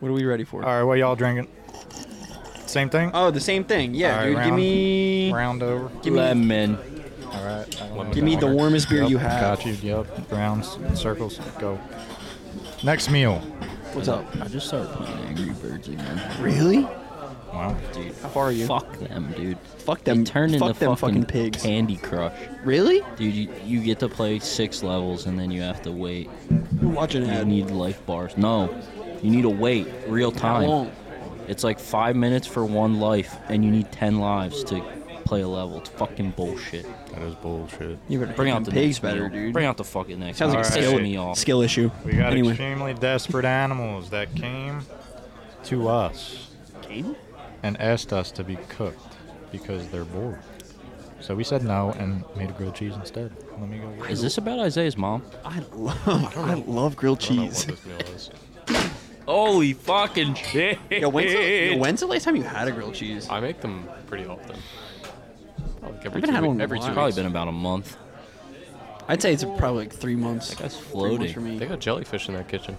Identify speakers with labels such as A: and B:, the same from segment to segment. A: What are we ready for?
B: All right, what y'all drinking? Same thing.
A: Oh, the same thing. Yeah,
B: All right,
A: dude.
B: round-
A: give me,
B: round over.
A: give me,
C: Lemon.
B: All right. I don't know.
A: give me the warmest beer
B: Yep,
A: you have.
B: Got you. Yep. Rounds, circles, go. Next meal.
A: What's up?
C: I just started playing Angry Birds again.
A: Really?
B: Wow.
C: Dude,
A: How far are you?
C: fuck them, dude.
A: Fuck them.
C: They turn into
A: fuck them fucking
C: fucking,
A: pigs.
C: Candy Crush.
A: Really?
C: Dude, you, you get to play six levels and then you have to wait.
A: You're watching
C: You
A: ad.
C: need life bars. No, you need to wait real
A: I
C: time.
A: won't.
C: It's like five minutes for one life, and you need ten lives to play a level. It's fucking bullshit.
D: That is bullshit.
A: You better
C: Bring out the
A: pigs
C: next
A: better,
C: meal.
A: dude.
C: Bring out the fucking next.
A: Sounds
C: meal.
A: like
B: a
C: Piss
B: skill.
C: me off.
A: skill issue.
B: We got
A: anyway.
B: extremely desperate animals that came to us and asked us to be cooked because they're bored. So we said no and made a grilled cheese instead. Let me go. Get
C: Is this about Isaiah's mom?
A: I love, I love grilled
B: I don't know what
A: cheese.
B: this meal is.
C: Holy fucking shit!
A: Yo, when's, the, yo, when's the last time you had a grilled cheese?
D: I make them pretty often. Like every
A: haven't had
D: two,
A: one in
D: week,
A: a
D: every two
A: while.
C: Probably
D: weeks.
C: been about a month.
A: I'd say it's probably like three months.
C: guy's
A: Three months
C: floating.
A: for
D: They
A: me.
D: got jellyfish in that kitchen.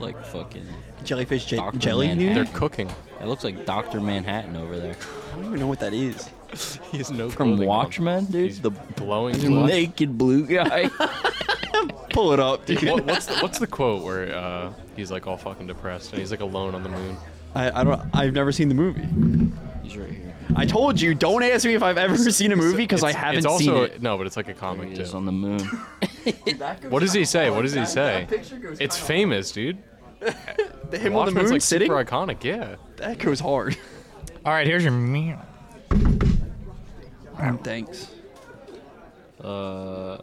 C: Like fucking.
A: Jellyfish je-
C: Dr.
A: jelly, dude.
C: Manhattan.
D: They're cooking.
C: It looks like Doctor Manhattan over there
A: I don't even know what that is.
D: He has no
C: from
D: clothing on.
C: Watchmen, dude.
D: He's
C: the
D: blowing. blood.
C: naked blue guy.
A: Pull it up, dude.
D: What, what's the, what's the quote where uh, he's like all fucking depressed and he's like alone on the moon?
A: I, I don't. I've never seen the movie.
C: He's right here.
A: I told you, don't ask me if I've ever seen a movie because I
D: It's-
A: haven't
D: it's also,
A: seen it.
D: No, but it's like a
C: There
D: comic
C: he
D: too.
C: is on the moon.
D: What does he say? What does he say? It's famous, dude.
A: Him on the
D: Watchmen's
A: moon
D: like
A: sitting.
D: super iconic. Yeah.
A: That goes hard.
B: All right, here's your meal.
A: Thanks.
C: Uh,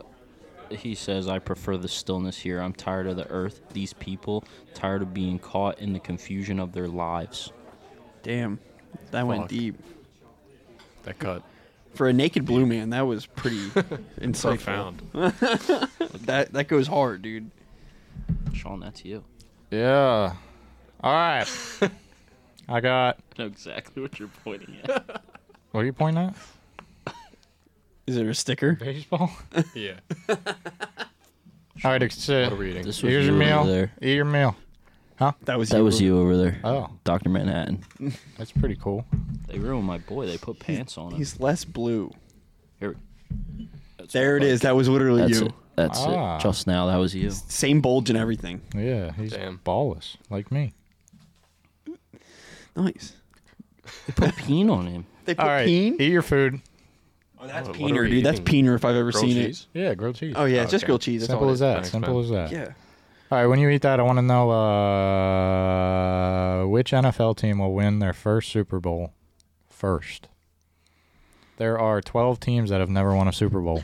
C: he says, I prefer the stillness here. I'm tired of the earth, these people, tired of being caught in the confusion of their lives.
A: Damn, that went
D: Fuck.
A: deep.
D: That cut.
A: For a naked blue man, that was pretty insightful.
D: Profound.
A: That that goes hard, dude.
C: Sean, that's you.
B: Yeah. All right. I got.
C: I know exactly what you're pointing at.
B: What are you pointing at?
A: Is it a sticker?
B: Baseball.
D: Yeah.
B: All right, it's uh,
D: What are we eating?
C: This was
B: here's
C: you
B: your meal.
C: over there.
B: Eat your meal.
A: That was
C: That was you over there.
B: Oh,
C: Dr. Manhattan.
B: that's pretty cool.
C: They ruined my boy. They put pants on him.
A: He's less blue.
C: Here. That's
A: There
C: what
A: it
C: I
A: is. That was literally
C: like. That's
A: you.
C: it. That's
B: Ah.
C: it. Just now, that was you.
A: Same bulge and everything.
B: Yeah, he's
D: Damn.
B: ballless like me.
A: Nice.
C: They put peen on him.
A: They put
B: All right,
A: peen.
B: eat your food.
A: Oh, that's
D: What- what are
A: peener,
D: we
A: dude. That's
D: eating?
A: peener if I've ever
D: Grilled
A: seen
D: cheese?
B: Yeah, grilled cheese.
A: it. Oh yeah, it's just
D: Okay.
A: grilled cheese. That's
B: Simple
A: all. it
B: as
A: is.
B: that.
D: Thanks,
B: Simple
D: man.
B: as that.
A: Yeah.
B: All right, when you eat that, I want to know uh, which NFL team will win their first Super Bowl first. There are 12 teams that have never won a Super Bowl.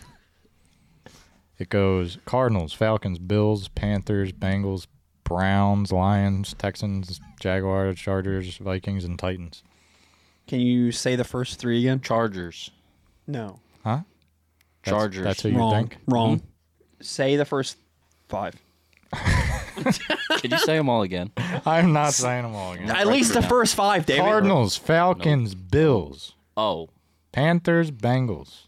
B: It goes Cardinals, Falcons, Bills, Panthers, Bengals, Browns, Lions, Texans, Jaguars, Chargers, Vikings, and Titans.
A: Can you say the first three again?
C: Chargers.
A: No.
B: Huh? That's-
C: Chargers.
B: That's who you
A: Wrong.
B: think?
A: Wrong. Say the first five.
C: Did you say them all again?
B: I'm not saying them all again.
A: At least the first five, David.
B: Cardinals, Falcons, Bills,
C: Oh.
B: Panthers, Bengals,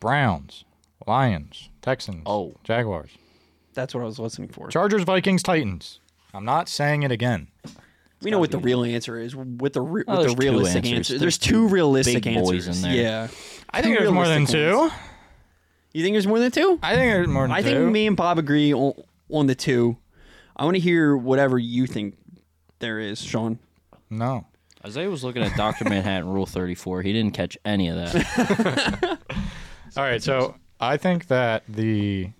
B: Browns, Lions, Texans,
C: Oh.
B: Jaguars,
A: That's what I was listening for.
B: Chargers, Vikings, Titans. I'm not saying it again.
A: we know what the real answer is. With the re-
C: Oh,
A: with
C: there's
A: the
C: two
A: realistic
C: answers.
A: answer,
C: There's
A: there's
C: two
A: two realistic
C: big boys
A: answers.
C: in there.
A: Yeah,
B: I think there's more than
A: realistic
B: two.
A: ones. You think there's more than two?
B: I think there's more than
A: I
B: two.
A: think me and Bob agree on, on the two. I want to hear whatever you think there is, Sean.
B: No.
C: Isaiah was looking at Dr. Manhattan Rule 34. He didn't catch any of that.
B: All right, so I think that the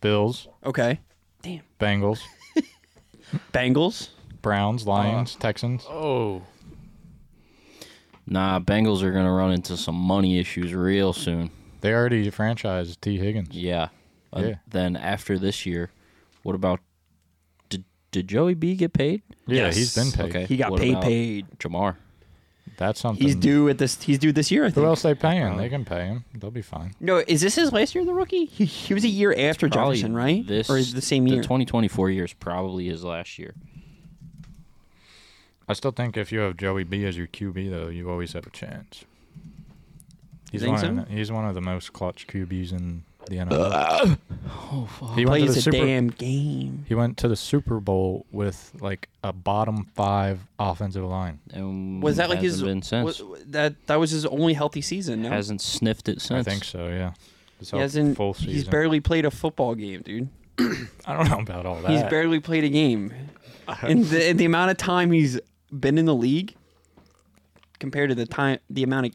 B: Bills,
A: Okay. Damn.
B: Bengals,
A: Bengals.
B: Browns, Lions, Texans.
D: Oh.
C: Nah, Bengals are going to run into some money issues real soon.
B: They already franchised T. Higgins.
C: Yeah. And
B: Yeah.
C: Then after this year, what about did, did Joey B get paid?
B: Yeah,
D: Yes.
B: he's been paid.
C: Okay.
A: He got
C: what
A: paid.
C: about
A: Paid.
C: Jamar.
B: That's something.
A: He's due at this. He's due this year, I think.
B: Who else they paying? They can pay him. They'll be fine.
A: No, is this his last year, the rookie? He, he was a year after
C: Probably
A: Jefferson, right?
C: This
A: or is it the same year?
C: The 2024 year is probably his last year.
B: I still think if you have Joey B as your QB, though, you always have a chance. He's
A: think
B: one.
A: so?
B: Of, the- he's one of the most clutch QBs in the NFL.
C: Oh fuck.
B: he went to
A: Plays
B: the
A: a
B: Super.
A: damn game.
B: He went to the Super Bowl with like a bottom five offensive line.
C: And
A: Was that like
C: hasn't
A: his
C: been since?
A: wa- that that was his only healthy season? No,
C: Hasn't sniffed it since.
B: I think so. Yeah. His
A: he
B: whole
A: hasn't.
B: Full season.
A: He's barely played a football game, dude.
B: I don't know about all that.
A: He's barely played a game, and the, and the amount of time he's been in the league compared to the time the amount of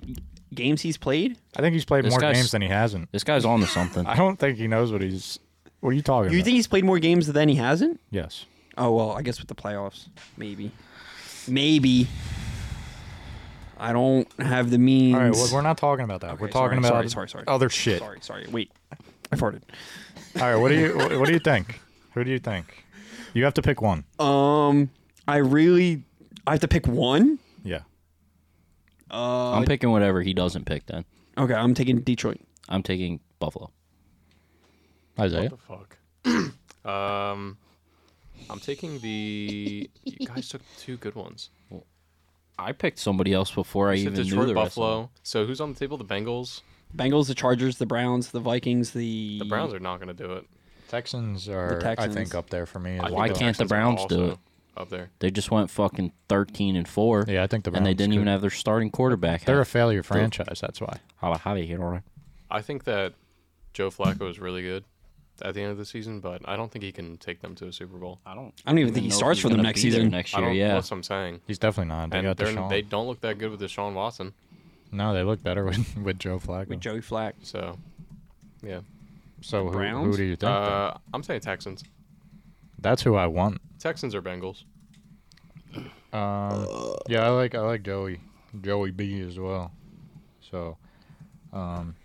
A: games he's played.
B: I think he's played
C: This
B: more
C: guy's-
B: games than he hasn't.
C: This guy's on to something.
A: Uh,
B: I don't think he knows what he's. What are you talking
A: You
B: about?
A: think he's played more games than he hasn't?
B: yes.
A: Oh well, I guess with the playoffs, maybe, maybe. I don't have the means.
B: All right. Well, we're not talking about that. we're
A: Okay,
B: talking
A: sorry,
B: about
A: sorry, sorry, sorry.
B: other shit.
A: Sorry, sorry. Wait, I farted.
B: All right. What do you What do you think? Who do you think? You have to pick one.
C: Oh.
A: Um, I really, I have to pick one.
B: Yeah.
C: I'm picking whatever he doesn't pick. Then
A: Okay, I'm taking Detroit.
C: I'm taking Buffalo.
B: Isaiah.
D: Fuck. um, I'm taking the. You guys took two good ones.
C: I picked somebody else before I
D: You said
C: even knew
D: Detroit,
C: the rest of them.
D: Buffalo. So who's on the table? The Bengals.
A: Bengals, the Chargers, the Browns, the Vikings, the
D: The Browns are not going to do it.
B: Texans are. I
A: Texans.
B: think up there for me. As
D: I think
C: Why
D: the
B: well.
C: can't the
D: Texans are
C: Browns do
D: also
C: it?
D: Up there.
C: They just went fucking 13 and four.
B: Yeah, I think the Browns.
C: and they didn't
B: could-
C: even have their starting quarterback.
B: They're a failure franchise. That's why.
C: I'll have it here, all right.
D: I think that Joe Flacco is really good at the end of the season, but I don't think he can take them to a Super Bowl.
C: I don't.
A: I don't even think he
C: know if
A: starts
C: he's
A: for them
C: gonna
A: next
C: be there
A: season.
C: Next
D: I
C: year,
D: don't,
C: yeah.
D: That's what I'm saying.
B: He's definitely not. They
D: And
B: got
D: they're-
B: Deshaun.
D: they don't look that good with Deshaun Watson.
B: No, they look better with, with Joe Flacco.
A: with Joey Flack.
D: So, yeah.
B: so who, who
A: Browns?
B: do you think? then?
D: Uh, I'm saying Texans.
B: That's who I want.
D: Texans or Bengals.
B: Um, yeah, I like I like Joey Joey B as well. So, um,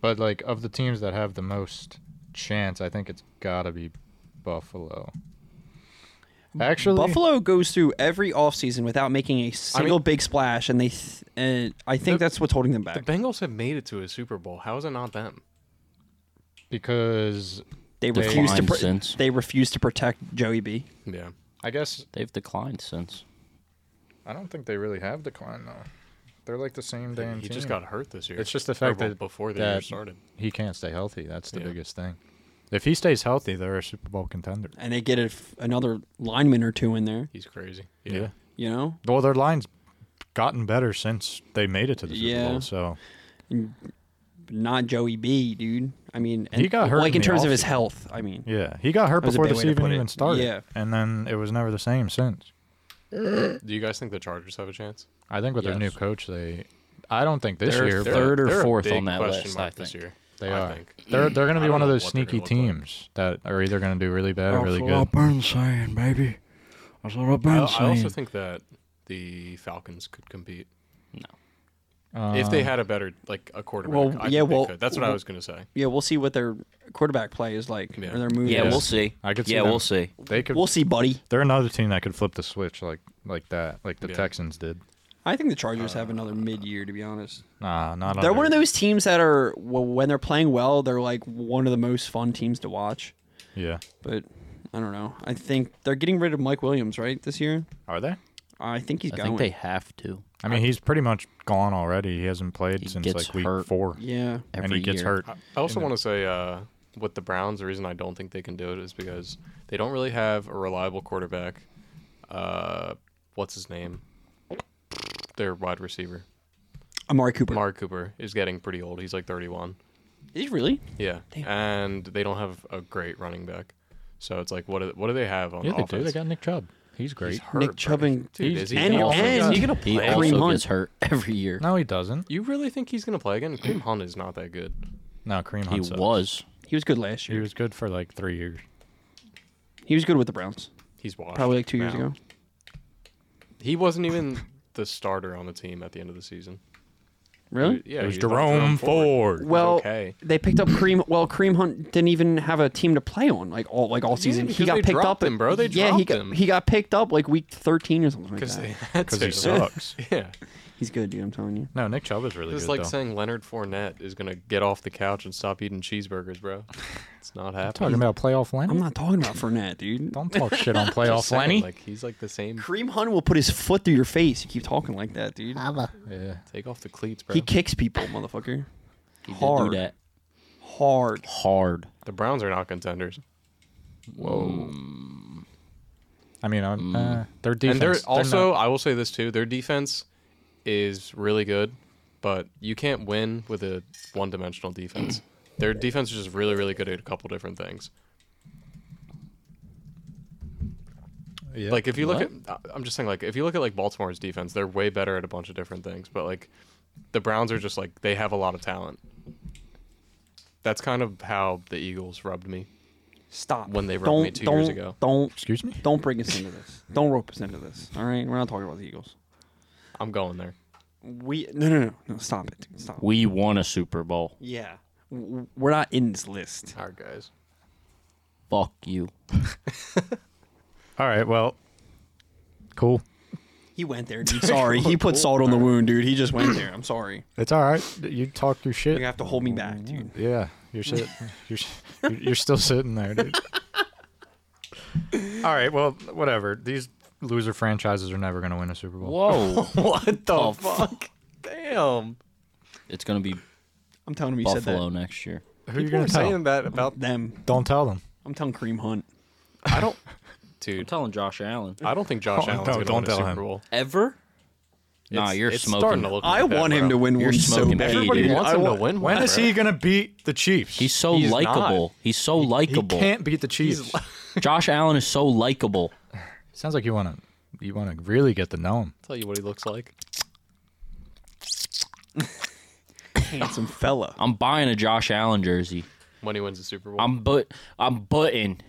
B: but like of the teams that have the most chance, I think it's gotta be Buffalo. Actually,
A: Buffalo goes through every offseason without making a single big splash, and they th- and I think
D: The-
A: that's what's holding them
D: The
A: back.
D: Bengals have made it to a Super Bowl. How is it not them?
B: because
A: They
B: they-
A: refuse to
C: Declined
A: pro-
C: since.
A: they refuse to protect Joey B.
D: Yeah.
B: I guess
C: They've declined since.
B: I don't think they really have declined though. They're like the same damn.
D: he just
B: team.
D: got hurt this year.
B: It's just the
D: Or,
B: fact
D: well,
B: that
D: before the year
B: that-
D: started.
B: He can't stay healthy. That's the
D: Yeah.
B: biggest thing. If he stays healthy, they're a Super Bowl contender.
A: And they get a f another lineman or two in there,
D: He's crazy.
A: you know.
B: Well, their line's gotten better since they made it to the Super
A: Yeah.
B: Bowl. So
A: Not Joey B, dude. I mean, and,
B: He got hurt
A: like
B: in
A: in
B: the
A: terms of his
B: offseason.
A: health. I mean,
B: yeah, he got hurt
A: That was a
B: before
A: bad
B: the
A: way to
B: season
A: put
B: even
A: it.
B: started.
A: Yeah.
B: and then it was never the same since.
D: Do you guys think the Chargers have a chance?
B: I think with their new
C: Yes.
B: coach, they. I don't think this
C: They're
B: year.
C: third
B: but
C: or
D: They're a
C: fourth
D: big
C: on that
D: question
C: list,
D: mark
C: I
D: This
C: think.
D: year.
B: They
D: I
B: are.
D: think.
B: They're they're going to
D: I
B: be one of
D: don't know
B: those
D: what they're
B: sneaky
D: gonna look like.
B: teams that are either going to do really bad or
A: Oh,
E: That's
B: really
E: what
B: good.
E: I've been saying, baby. That's what I've been
D: I, I
E: saying.
D: also think that the Falcons could compete
B: Uh,
D: if they had a better like a quarterback.
A: Um, Well,
D: I
A: yeah,
D: think they
A: well-
D: could. that's what I was gonna say.
A: yeah, we'll see what their quarterback play is like
D: Yeah.
A: or their moves.
C: Yeah,
B: Yeah.
C: we'll see.
B: I could see
C: yeah,
B: them.
C: we'll see.
B: they could.
A: we'll see, buddy.
B: they're another team that could flip the switch like like that, like the
D: Yeah.
B: Texans did.
A: I think the Chargers have another mid-year, to be honest.
B: Nah, not.
A: They're
B: under-
A: one of those teams that are well, when they're playing well, they're like one of the most fun teams to watch.
B: Yeah,
A: But I don't know. I think they're getting rid of Mike Williams right this year.
B: are they?
A: I think he's
C: I
A: going.
C: think they have to.
B: I mean, he's pretty much gone already. He hasn't played
C: He
B: since
C: gets
B: like week
C: hurt.
B: four,
A: yeah.
C: Every
B: and he gets
C: year.
B: hurt.
D: I, I also
B: And-
D: want to say uh, with the Browns, the reason I don't think they can do it is because they don't really have a reliable quarterback. Uh, what's his name? Their wide receiver,
A: Amari Cooper.
D: Mark Cooper, is getting pretty old. He's like 31.
A: Is he really?
D: Yeah,
A: Damn.
D: and they don't have a great running back. So it's like, what do, what do they have on
B: Yeah, they
D: offense?
B: do. They got Nick Chubb. He's great.
D: He's hurt,
A: Nick Chubb
D: bro.
A: and-
D: dude,
B: He's-
D: is he,
A: and-
D: gonna-
A: and-
D: is he gonna play?
C: He
A: Every
C: also
A: month.
C: gets hurt every year.
B: no, he doesn't.
D: You really think he's gonna play again? Kareem Hunt is not that good.
B: No, Kareem
C: he
B: Hunt sucks.
C: was.
A: He was good last
B: He
A: year.
B: was good for like three years.
A: He was good with the Browns.
D: He's washed.
A: Probably like two years
D: now.
A: ago.
D: He wasn't even the starter on the team at the end of the season.
A: Really?
D: Yeah,
B: it was
D: he not
B: Jerome
D: thrown forward.
B: Ford.
D: He's
A: Well,
D: okay.
A: they picked up Cream. Well, Cream Hunt didn't even have a team to play on, like all like all season. he
D: because
A: got
D: they
A: picked
D: dropped
A: up,
D: him, bro. They
A: yeah, he got
D: dropped him.
A: he got picked up like week thirteen or something like
D: Because
A: that.
D: they had
B: Because he
D: to.
B: sucks.
D: yeah,
A: He's good, dude. I'm telling you.
B: No, Nick Chubb is really
D: it's
B: good
D: like
B: though.
D: saying Leonard Fournette is gonna get off the couch and stop eating cheeseburgers, bro. It's not happening.
B: Talking about playoff Lenny.
A: I'm not talking about Fournette, dude.
B: Don't talk shit on
D: Just
B: playoff
D: saying,
B: Lenny.
D: Like he's like the same.
A: Kareem Hunt will put his foot through your face. You keep talking like that, dude.
B: yeah.
D: Take off the cleats, bro.
A: He kicks people, motherfucker.
C: He did
A: Hard.
C: do that.
A: hard.
C: Hard.
D: The Browns are not contenders,
B: I mean, I'm, uh, their defense.
D: and they're
B: they're
D: also.
B: not-
D: I will say this too: their defense is really good, but you can't win with a one-dimensional defense. their defense is just really, really good at a couple different things.
B: yeah.
D: Like if you look at, I'm just saying, like if you look at like Baltimore's defense, they're way better at a bunch of different things. But like, the Browns are just like they have a lot of talent. That's kind of how the Eagles rubbed me
A: Stop.
D: when they rubbed
A: don't
D: me 2
A: don't
D: years ago.
A: don't
B: excuse me.
A: don't bring us into this. Don't rope us into this. All right, we're not talking about the Eagles.
D: I'm going there.
A: We no no no no. Stop it. dude. Stop.
C: We won a Super Bowl.
A: yeah, W- we're not in this list.
D: All right, guys.
C: Fuck you.
B: All right. Well, cool.
A: He went there, dude. Sorry, he put salt on the wound, dude. He just went there. I'm sorry.
B: It's all right. You talk your shit.
A: You have to hold me back, dude.
B: Yeah, you're sitting. you're, you're you're still sitting there, dude. All right, well, whatever. These loser franchises are never going to win a Super Bowl.
C: Whoa.
D: What the fuck? Damn.
C: it's gonna be
A: I'm telling him you
C: Buffalo
A: said
C: next year.
B: Who are you
D: People
B: going
D: are
B: to tell?
D: saying that about.
A: that. Them.
B: Don't tell them.
A: I'm telling Cream Hunt.
D: I don't,
C: I'm
D: dude.
C: telling Josh Allen.
D: I don't think Josh
B: Oh,
D: Allen's
B: no,
D: gonna
B: don't
D: win a
B: tell
D: Super
B: him.
D: Bowl.
C: Ever? nah,
D: It's-
C: you're
D: it's
C: smoking.
D: starting to look
A: I
D: like that,
A: want him
D: bro.
A: to win
C: You're
A: one so
C: smoking
A: bad.
C: Hey,
D: Everybody
C: dude.
D: wants
B: I
D: him to
B: want-
D: win.
B: When
D: one,
B: is
D: bro.
B: he going to beat the Chiefs?
C: He's so
D: He's
C: likable. He's so
B: he
C: likable.
B: can't beat the Chiefs.
C: Josh Allen is so likable.
B: Sounds like you want to you want to really get to know him.
D: Tell you what he looks like.
A: Handsome fella.
C: I'm buying a Josh Allen jersey.
D: When he wins the Super Bowl.
C: I'm but I'm butting.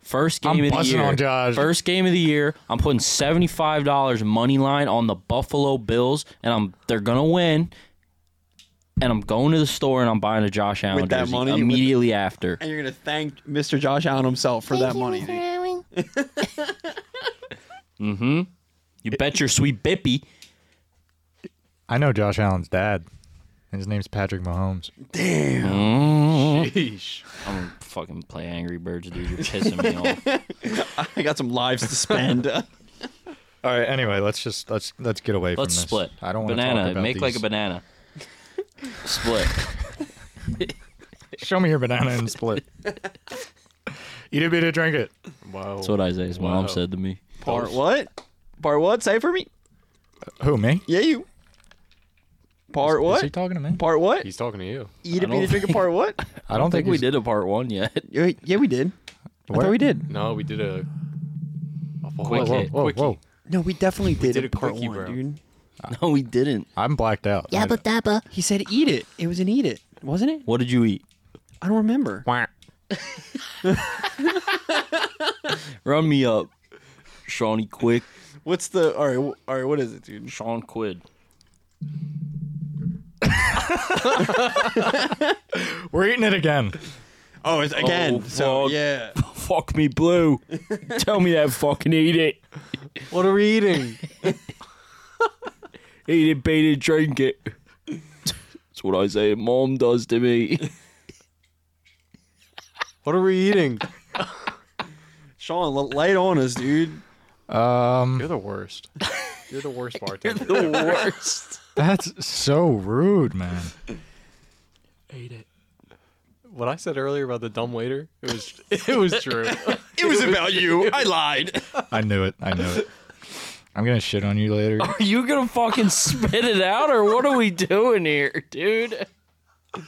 C: First game
B: I'm
C: of the
B: buzzing
C: year.
B: on Josh.
C: First game of the year. I'm putting seventy five dollars money line on the Buffalo Bills, and I'm they're gonna win. And I'm going to the store and I'm buying a Josh Allen
A: With that
C: jersey
A: money, with-
C: immediately after.
A: And you're gonna thank Mr. Josh Allen himself for that money. dude.
C: You bet your sweet bippy.
B: I know Josh Allen's dad. and His name's Patrick Mahomes.
D: Sheesh.
C: I'm gonna fucking play Angry Birds, dude. You're pissing me off.
A: I got some lives to spend.
B: All right. Anyway, let's just let's let's get away from
C: Let's
B: this.
C: split.
B: I don't want to
C: banana.
B: talk about
C: Make like a
B: these.
C: banana. Split.
B: Show me your banana and split. Eat it, beat it, drink it.
D: Wow.
C: That's what Isaiah's mom
D: Wow.
C: said to me.
A: Part what? Part what? Say it for me.
B: Who me?
A: Yeah, you. Part
B: Is he
A: what?
B: talking to me?
A: Part what?
D: He's talking to you.
A: Eat
C: I
A: a beat a
C: don't
A: drink a part what?
B: I don't think,
C: we
B: he's-
C: did a part one yet.
A: Yeah, yeah, we did. I
B: Where?
A: thought we did.
D: No, we did a. a full-
C: Quick
B: Whoa,
C: hit.
B: whoa,
D: Quickie.
B: whoa!
A: No, we definitely did,
D: did
A: a
D: a
A: part
D: quickie,
A: one,
D: bro.
A: dude.
C: No, we didn't.
B: I'm blacked out. Yeah, but
A: He said eat it. It was an eat it, wasn't it?
C: What did you eat?
A: I don't remember.
C: Run me up, Shawnee Quick.
A: What's the all right? wh- All right, what is it, dude?
C: Sean Quid.
B: we're eating it again.
A: Oh, it's again.
C: Oh,
A: so
C: fuck.
A: yeah.
C: Fuck me blue. Tell me that fucking eat it.
A: What are we eating?
C: Eat it, beat it, drink it. That's what Isaiah mom does to me.
D: What are we eating?
A: Sean, l- light on us, dude.
B: Um,
D: You're the worst. You're the worst bartender.
C: worst.
B: that's so rude, man.
D: What I said earlier about the dumb waiter, it was it was true.
A: It was about you. I lied.
B: I knew it. I knew it. I'm gonna shit on you later.
C: Are you gonna fucking spit it out, or what are we doing here, dude?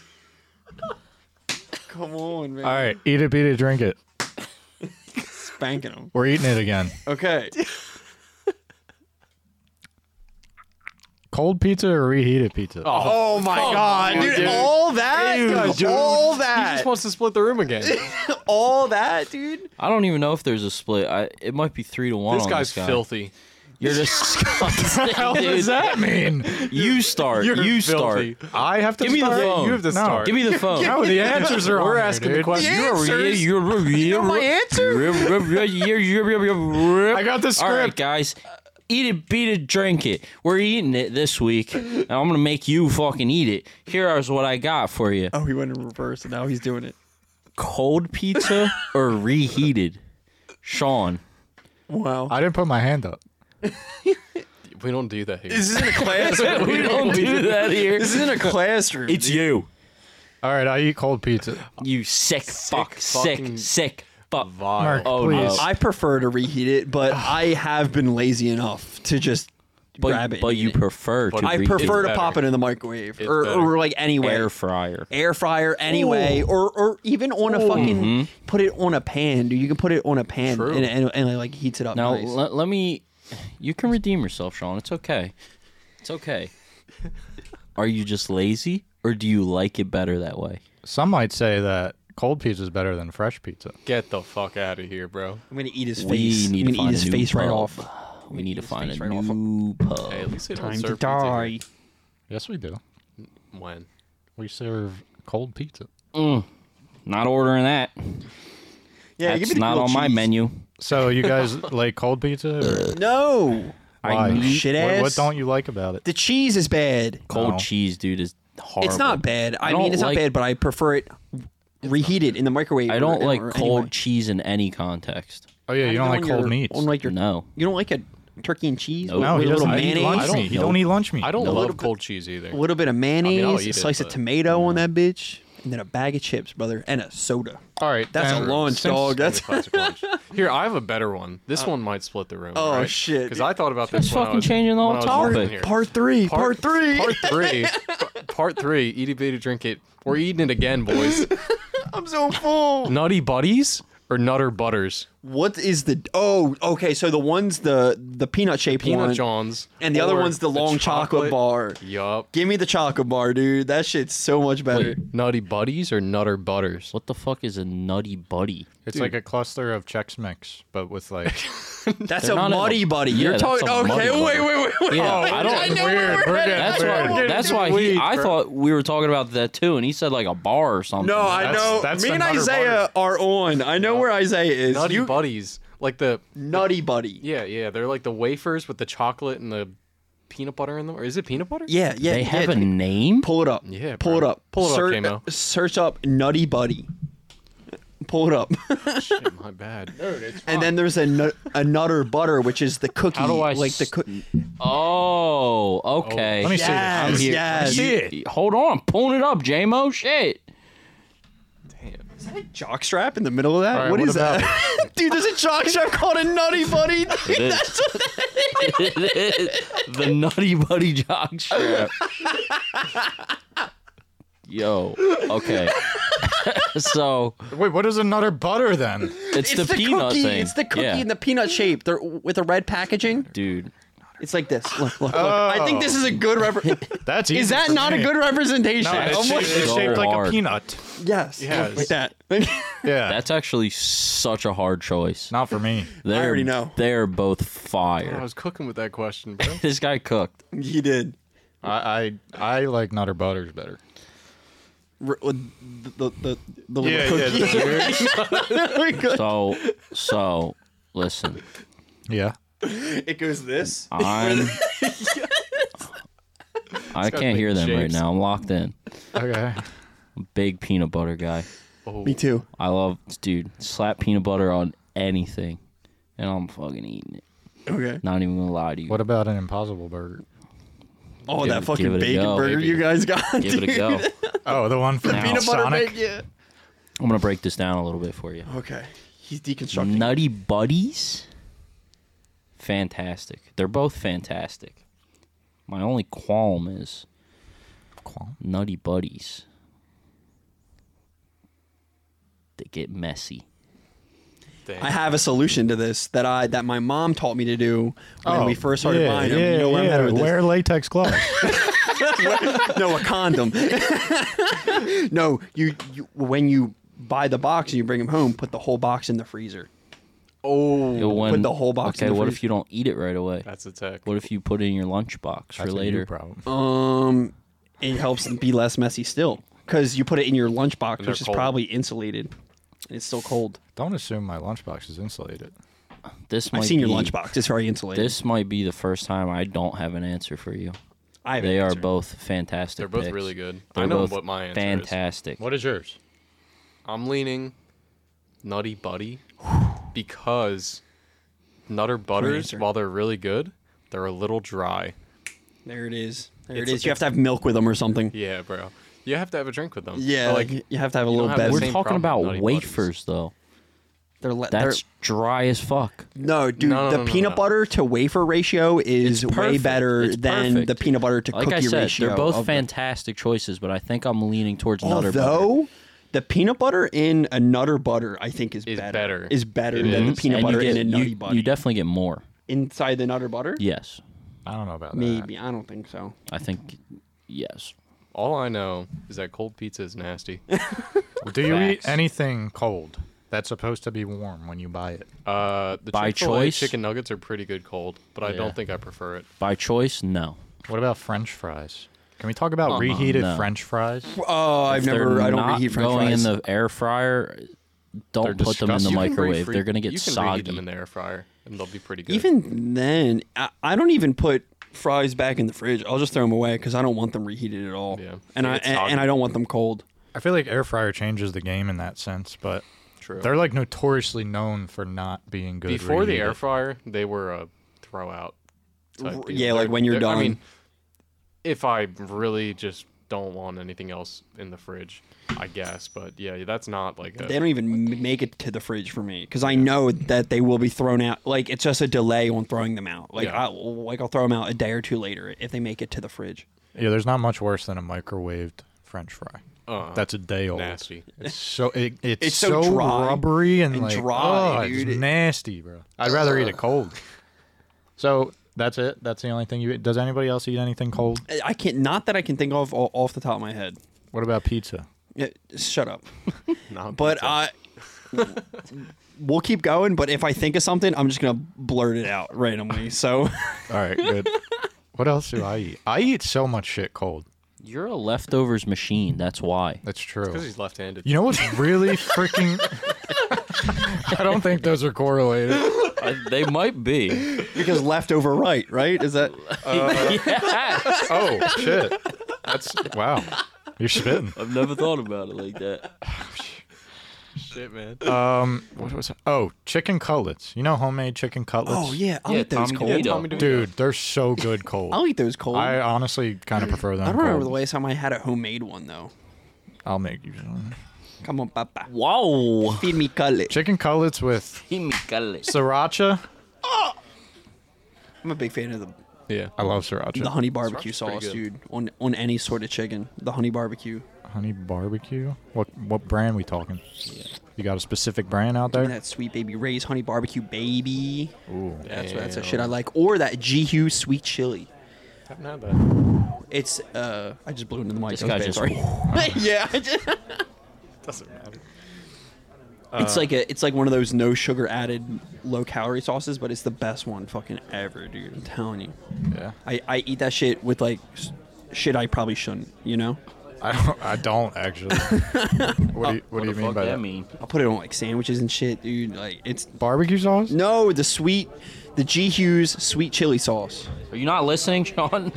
A: Come on, man.
B: All right, eat it, beat it, drink it.
A: Spanking him.
B: We're eating it again.
A: Okay.
B: Cold pizza or reheated pizza?
A: Oh my god, dude, All that, all
D: He
A: that,
D: just wants to split the room again.
A: all that, dude.
C: I don't even know if there's a split. I it might be three to one.
D: this
C: on
D: guy's
C: this guy.
D: filthy.
C: You're disgusting.
B: what does
C: dude.
B: that mean?
C: You start.
D: You're
C: you
D: filthy.
C: start.
B: I have to
C: Give me the
B: start?
C: phone.
D: You have to
B: No.
D: start.
C: Give me the phone.
B: No, the answers are.
D: We're
B: on here,
D: asking the
B: dude.
D: question.
A: Yeah.
D: You're a-
A: answers.
C: You
A: my
C: answer?
B: I got the
C: All right,
B: script.
C: guys. Eat it, beat it, drink it. We're eating it this week, and I'm gonna make you fucking eat it. Here is what I got for you:
A: Oh, he went in reverse, and now he's doing it.
C: cold pizza or reheated. Sean,
A: Wow.
B: I didn't put my hand up.
D: we don't do that here.
A: this isn't a classroom.
C: we don't do that here.
A: this isn't a classroom.
C: It's you.
B: All right, I eat cold pizza.
C: You sick, fuck, sick,
D: fucking
C: sick fuck.
D: Vile.
B: Mark,
C: Oh
B: please.
C: no.
A: I prefer to reheat it, but I have been lazy enough to just
C: but
A: grab it.
C: but
A: and eat
C: you
A: it.
C: prefer to.
A: I
C: reheat
A: prefer to
D: better.
A: pop it in the microwave
D: It's
A: or,
D: better.
A: or like
C: the
A: anywhere.
C: air fryer.
A: air fryer anyway, or or even on a fucking
C: Mm-hmm.
A: put it on a pan, dude. You can put it on a pan
D: True.
A: and, and, and it, like heats it up.
C: Now
A: nice.
C: let, let me. You can redeem yourself, Sean. It's okay. It's okay. Are you just lazy, or do you like it better that way?
B: Some might say that cold pizza is better than fresh pizza.
D: Get the fuck out of here, bro.
A: I'm gonna eat his
C: we
A: face.
C: need to
A: I'm gonna
C: find
A: eat
C: a
A: his
C: new
A: face right
C: pub.
A: off.
C: We need to find a
A: Right off.
C: new pub.
D: Hey, at least they don't
A: Time to
D: serve pizza
A: die.
D: here.
B: Yes, we do.
D: When?
B: We serve cold pizza.
C: Not ordering that.
A: Yeah,
C: That's not on my menu.
B: So you guys like cold pizza? Or
A: No,
B: why?
C: I need
A: shit
B: What,
A: ass.
B: what don't you like about it?
A: The cheese is bad.
C: cold
B: No.
C: cheese, dude. Is horrible.
A: It's not bad. I,
C: I
A: mean,
C: don't
A: it's
C: like-
A: not bad, but I prefer it reheated in the microwave.
C: I don't
A: or-
C: like
A: or
C: cold
A: anywhere.
C: cheese in any context.
B: Oh yeah, you
A: Even
B: don't like
A: on
B: cold
A: your-
B: meats.
A: On like your,
C: No.
A: you don't like a turkey and cheese.
C: No.
A: with-
B: no,
A: with
B: he
A: a little
B: doesn't eat
A: mayonnaise.
B: lunch
D: I don't-
B: meat. He don't eat lunch meat.
D: I don't
A: A little
D: love
A: bit-
D: cold cheese either.
A: a little bit of mayonnaise,
D: I'll eat
A: a
D: it,
A: slice of
D: but-
A: tomato on that bitch, and then a bag of chips, brother, and a soda.
B: All right,
A: That's
B: and
A: a lunch,
B: since-
A: dog. That's Uh,
D: Classic lunch. Here, I have a better one. This one might split the room.
A: oh, shit.
D: Because I thought about this.
C: Just
D: when I
C: fucking
D: was-
C: changing the
D: when I
C: whole
D: was working
C: topic.
D: here.
A: part three, part, three.
D: Part three. p- part three. Eat it, baby, drink it. We're eating it again, boys.
A: I'm so full.
D: Nutty buddies or Nutter Butters?
A: What is the? Oh, okay. So the one's the the peanut shaped
D: Peanut
A: one,
D: Johns.
A: and the other
D: or
A: one's the long chocolate, bar.
D: Yup.
A: Give me the chocolate bar, dude. That shit's so much better.
D: Nutty buddies or Nutter Butters?
C: What the fuck is a nutty buddy?
B: It's like a cluster of Chex Mix, but with like
A: That's
C: They're
A: a
C: not in
A: muddy
C: the-
A: buddy.
C: Yeah,
A: You're
C: that's
A: talking.
C: a
A: Okay, wait,
C: Muddy Buddy.
A: wait, wait, wait.
C: Yeah, I don't.
B: weird. We're getting
C: That's
B: weird.
C: why. That's why he. I thought we were talking about that too, and he said like a bar or something.
A: No, I
B: That's-
A: know.
B: that's
A: me
B: the
A: and
B: Nutter
A: Isaiah are on. I know where Isaiah is.
D: Nutty
A: you
D: buddies. Like the
A: nutty buddy.
D: yeah, yeah. They're like the wafers with the chocolate and the peanut butter in them. Or is it peanut butter?
A: Yeah, yeah.
C: they
A: yeah,
C: have a
A: dude.
C: name.
A: Pull it up.
D: Yeah,
A: Pull
D: bro.
A: it up.
D: Pull it up,
A: Search-
D: Kamo.
A: Search up Nutty Buddy. Pull it up.
D: Shit, my bad.
A: and then there's a, nut, a Nutter Butter, which is the cookie.
C: do I
A: like the
C: s-
A: cookie?
C: Oh, okay.
B: let me see.
A: Yes,
C: I'm here.
A: yes.
B: see it.
C: Hold on, I'm pulling it up, JMO. Shit.
A: Jockstrap in the middle of that?
B: All right,
A: what
B: what
A: is that? Dude, there's a jockstrap called a Nutty Buddy.
C: It is. It is. the Nutty Buddy jog strap. Yo. Okay. so
B: Wait, what is another butter then?
C: it's,
A: It's
C: the, peanut
A: cookie.
C: thing.
A: It's the cookie
C: yeah.
A: in the peanut shape. They're with a red packaging.
C: dude.
A: It's like this. Look, look, look. I think this is a good refer
B: That's easy
A: Is that
B: for
A: not a
B: me.
A: good representation?
B: No, it's,
A: Oh my-
B: shaped, it's
C: So
B: shaped like
C: hard.
B: a peanut.
A: yes.
D: Yes.
A: Like that.
B: Yeah,
C: That's actually such a hard choice.
B: not for me.
C: They're,
A: already know.
C: They're both
D: I
C: fire.
D: was cooking with that question, bro.
C: This guy cooked.
A: he did.
B: I I, I like Nutter Butters better.
A: R- with the, the, the, the
B: Yeah,
A: little
B: yeah,
A: cookie.
C: So so listen.
B: Yeah.
A: It goes this.
C: I'm I can't hear them right
D: shapes.
C: now. I'm locked in.
B: Okay.
C: Big peanut butter guy.
A: Me too.
C: I love, dude, slap peanut butter on anything, and I'm fucking eating it.
A: Okay.
C: Not even gonna lie to you.
B: What about an Impossible Burger?
A: Oh,
C: Give
A: that
C: it-
A: fucking
C: give it a
A: bacon
C: go,
A: burger
C: baby.
A: you guys got.
C: Give it
A: dude.
C: a go.
B: Oh, the one from
A: Peanut butter
B: Sonic.
A: bacon. Yeah.
C: I'm gonna break this down a little bit for you.
A: Okay. He's deconstructing.
C: Nutty Buddies, fantastic. They're both fantastic. My only qualm is
B: Qualm?
C: Nutty Buddies. They get messy.
D: Damn.
A: I have a solution to this that I that my mom taught me to do when
B: Oh,
A: we first started
B: yeah,
A: buying them.
B: yeah,
A: you know where I'm
B: yeah.
A: headed with this.
B: Wear latex gloves.
A: no, a condom. no, you, you when you buy the box and you bring them home, put the whole box in the freezer.
D: oh,
C: Yo, when-
A: Put the whole box
C: Okay,
A: in the
C: what
A: freezer.
C: if you don't eat it right away?
D: that's a tech.
C: What if you put it in your lunchbox for
B: That's a you
C: later?
B: problem.
A: Um, it helps be less messy still because you put it in your lunchbox,
D: they're
A: which is
D: cold.
A: probably insulated. And it's still cold.
B: Don't assume my lunchbox is insulated.
C: This might
A: I've seen your
C: be-
A: lunchbox; it's very insulated.
C: This might be the first time I don't have an answer for you.
A: I have an
C: They are
A: answer.
C: both fantastic.
D: They're both
C: picks.
D: really good. I
C: They're
D: know
C: both
D: what my answer is.
C: fantastic.
B: is yours?
D: I'm leaning Nutty Buddy because Nutter Butters,
A: answer.
D: while they're really good, they're a little dry.
A: There it is. There
D: It's-
A: it is. You have to have milk with them or something.
D: Yeah, bro. You have to have a drink with them.
A: Yeah,
D: Like,
A: like you have to have a
D: you
A: little
D: don't have the
A: bevy.
C: We're
D: same
C: talking
D: problem,
C: about
D: Nutty
C: wafers, though.
A: They're le- they're-
C: That's dry as fuck.
A: no, dude.
D: No, no,
A: the
D: no, no,
A: peanut
D: no.
A: butter to wafer ratio is
C: It's
A: way
C: perfect.
A: better
C: It's
A: than
C: perfect.
A: the peanut butter to
C: Like
A: cookie
C: I said,
A: ratio.
C: they're both
A: of the-
C: fantastic choices, but I think I'm leaning towards Nutter Butter.
A: Although the peanut butter in a nutter butter, I think is,
D: Is
A: better.
D: better.
A: Is better
D: It
A: than
D: is.
A: the peanut
C: And
A: butter
C: you
A: in
C: get-
A: a
C: you-
A: nutty
C: you,
A: butter.
C: definitely get more.
A: Inside the nutter butter?
C: Yes,
B: I don't know
A: Uh,
B: about that.
A: Maybe I don't think so.
C: I think yes.
D: All I know is that cold pizza is nasty.
B: Do you
C: Facts.
B: eat anything cold that's supposed to be warm when you buy it?
D: Uh, the
C: By
D: Chick-fil-A
C: choice?
D: chicken nuggets are pretty good cold, but I
C: Yeah.
D: don't think I prefer it.
C: By choice, no.
B: What about French fries? Can we talk about
A: Uh-huh,
C: Uh-uh,
B: reheated
C: no.
B: French fries?
A: Oh, I've
C: If they're
A: never. I don't
C: not
A: reheat French
C: going
A: fries.
C: in the air fryer. Don't
D: They're
C: put them in the
D: disgusting. You can
C: microwave.
D: reheat-
C: They're gonna get
D: you can
C: soggy.
D: reheat them in the air fryer, and they'll be pretty good.
A: even then, I, I don't even put fries back in the fridge. I'll just throw them away because I don't want them reheated at all.
D: Yeah.
A: and
D: They
A: I
D: get
A: and,
D: soggy.
A: and I don't want them cold.
B: I feel like air fryer changes the game in that sense, but
D: True.
B: they're like notoriously known for not being good.
D: before the air
B: reheated.
D: fryer, they were a throw out.
A: R-
D: Type deal.
A: yeah, like
D: They're-
A: when you're
D: they're- I mean,
A: done.
D: if I really just don't want anything else in the fridge, I guess. But yeah, that's not like a,
A: They don't even m- make it to the fridge for me because I know that they will be thrown out. Like it's just a delay on throwing them out. Like
D: Yeah.
A: I like I'll throw them out a day or two later if they make it to the fridge.
B: Yeah, there's not much worse than a microwaved French fry.
D: Uh-uh.
B: That's a day old.
D: nasty.
B: It's so it, it's,
A: Oh, It's so
B: so,
A: dry
B: rubbery and,
A: and
B: like,
A: dry,
B: oh,
A: dude.
B: It's nasty, bro. I'd rather eat it cold. So that's it. That's the only thing you eat. Does anybody else eat anything cold?
A: I- I can't. Not that I can think of o- off the top of my head.
B: What about pizza?
A: Yeah, Shut up.
D: Not
A: But
D: pizza.
A: I. We'll keep going, but if I think of something, I'm just gonna blurt it out randomly. So
B: All right, good. what else do I eat? I eat so much shit cold.
C: You're a leftovers machine. That's why.
B: That's true.
D: because he's left-handed.
B: You know what's really freaking? I don't think those are correlated.
C: they might be.
A: because left over right, right? Is that
C: I've
B: Oh shit! That's wow. You're spitting.
C: never thought about it like that.
D: shit, man.
B: Um, what was? Oh, chicken cutlets. You know homemade chicken cutlets.
A: Oh yeah, I'll eat those
C: Tommy
A: cold.
C: DeVito.
D: Tommy DeVito.
B: dude, they're so good cold.
A: I'll eat those cold.
B: I
A: I,
B: honestly kind of prefer them.
A: don't remember
B: cold.
A: the last time I had a homemade one though.
B: I'll make you some.
A: Come on, papa.
C: Wow.
A: Feed me cutlet.
B: chicken cutlets with sriracha.
A: I'm a big fan of the,
D: Yeah.
B: I love sriracha.
A: the honey barbecue sauce,
D: pretty good.
A: dude. On on any sort of chicken, the honey barbecue.
B: Honey barbecue. What what brand we talking? You got a specific brand out
A: And
B: there?
A: that sweet baby Ray's honey barbecue, baby.
B: Ooh.
A: That's that's the shit I like. Or that G Hugh sweet chili.
D: Haven't had that.
A: It's uh, I just blew into the mic.
C: This
A: That was
C: guy
A: bad,
C: just-
A: sorry. yeah, I just-
D: Doesn't matter.
A: it's like a it's like one of those no sugar added, low calorie sauces, but it's the best one fucking ever, dude. I'm telling you.
B: Yeah.
A: I, I eat that shit with like s- shit I probably shouldn't, you know?
B: I don't. I don't actually. what do you, what do you mean by that?
C: mean?
A: I'll put it on like sandwiches and shit, dude. Like it's
B: Barbecue sauce?
A: no, the sweet the G Hughes sweet chili sauce.
C: Are you not listening, Sean?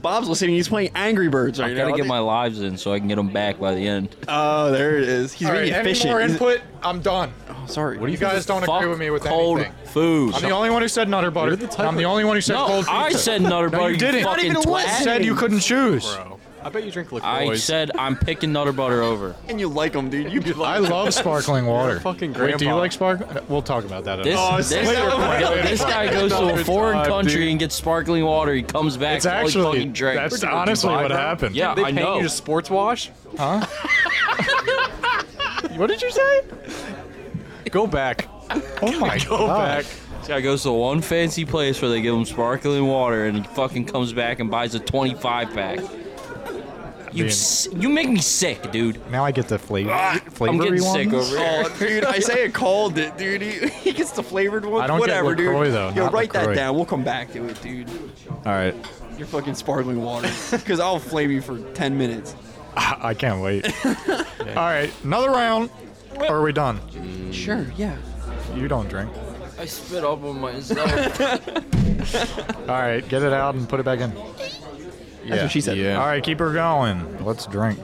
A: Bob's listening, he's playing Angry Birds right
C: I
A: now.
C: gotta get my lives in so I can get them back by the end.
A: Oh, there it is. He's
B: All
A: being
B: right, any
A: efficient.
B: more
A: He's-
B: input? I'm done.
A: oh, sorry.
B: You guys don't
C: Fuck
B: agree with me with
C: cold
B: anything.
C: food.
B: I'm the only one who said nutter butter. I'm the only one who said
C: no,
B: cold pizza.
C: I said Nutter
B: No,
C: Butter.
B: you didn't.
A: Not
C: fucking
A: even
C: twat.
A: listening.
B: said you couldn't choose.
D: Bro, I bet you drink LaCroix.
C: I said I'm picking Nutter Butter over.
A: and you like him, dude. You
B: I love sparkling water.
D: fucking
B: Wait, do you
D: grandpa.
B: like sparkling? We'll talk about Oh, that.
C: This,
B: another-
C: this,
D: later,
C: yo, this guy goes to a
D: Another
C: foreign
D: time,
C: country
D: dude.
C: and gets sparkling water. He comes back
B: it's
C: fully
B: actually
C: fucking drink.
B: that's honestly what happened.
C: yeah,
D: They
C: I
D: paying
C: know.
D: you to sports wash?
B: What did you say?
D: Go back.
B: Oh my
D: Go
B: god.
D: back.
C: This guy goes to one fancy place where they give him sparkling water, and he fucking comes back and buys a 25 pack. You
B: mean-
C: s- you make me sick, dude.
B: Now I get the flavor.
C: I'm
B: Flavory
C: getting
B: ones?
C: sick over here.
A: Oh, dude, Isaiah called it, dude. He, he gets the flavored one.
B: I don't get
A: Whatever,
B: LaCroix,
A: dude.
B: though,
A: Yo,
B: not
A: write that
B: LaCroix.
A: down. We'll come back to it, dude.
B: All right,
A: Your fucking sparkling water. Because I'll flame you for 10 minutes.
B: I, I can't wait. All right, another round. Or are we done?
A: Sure, yeah.
B: You don't drink.
C: I spit up on myself.
B: All right, get it out and put it back in. Yeah.
A: what she said.
B: All right, keep her going. Let's drink.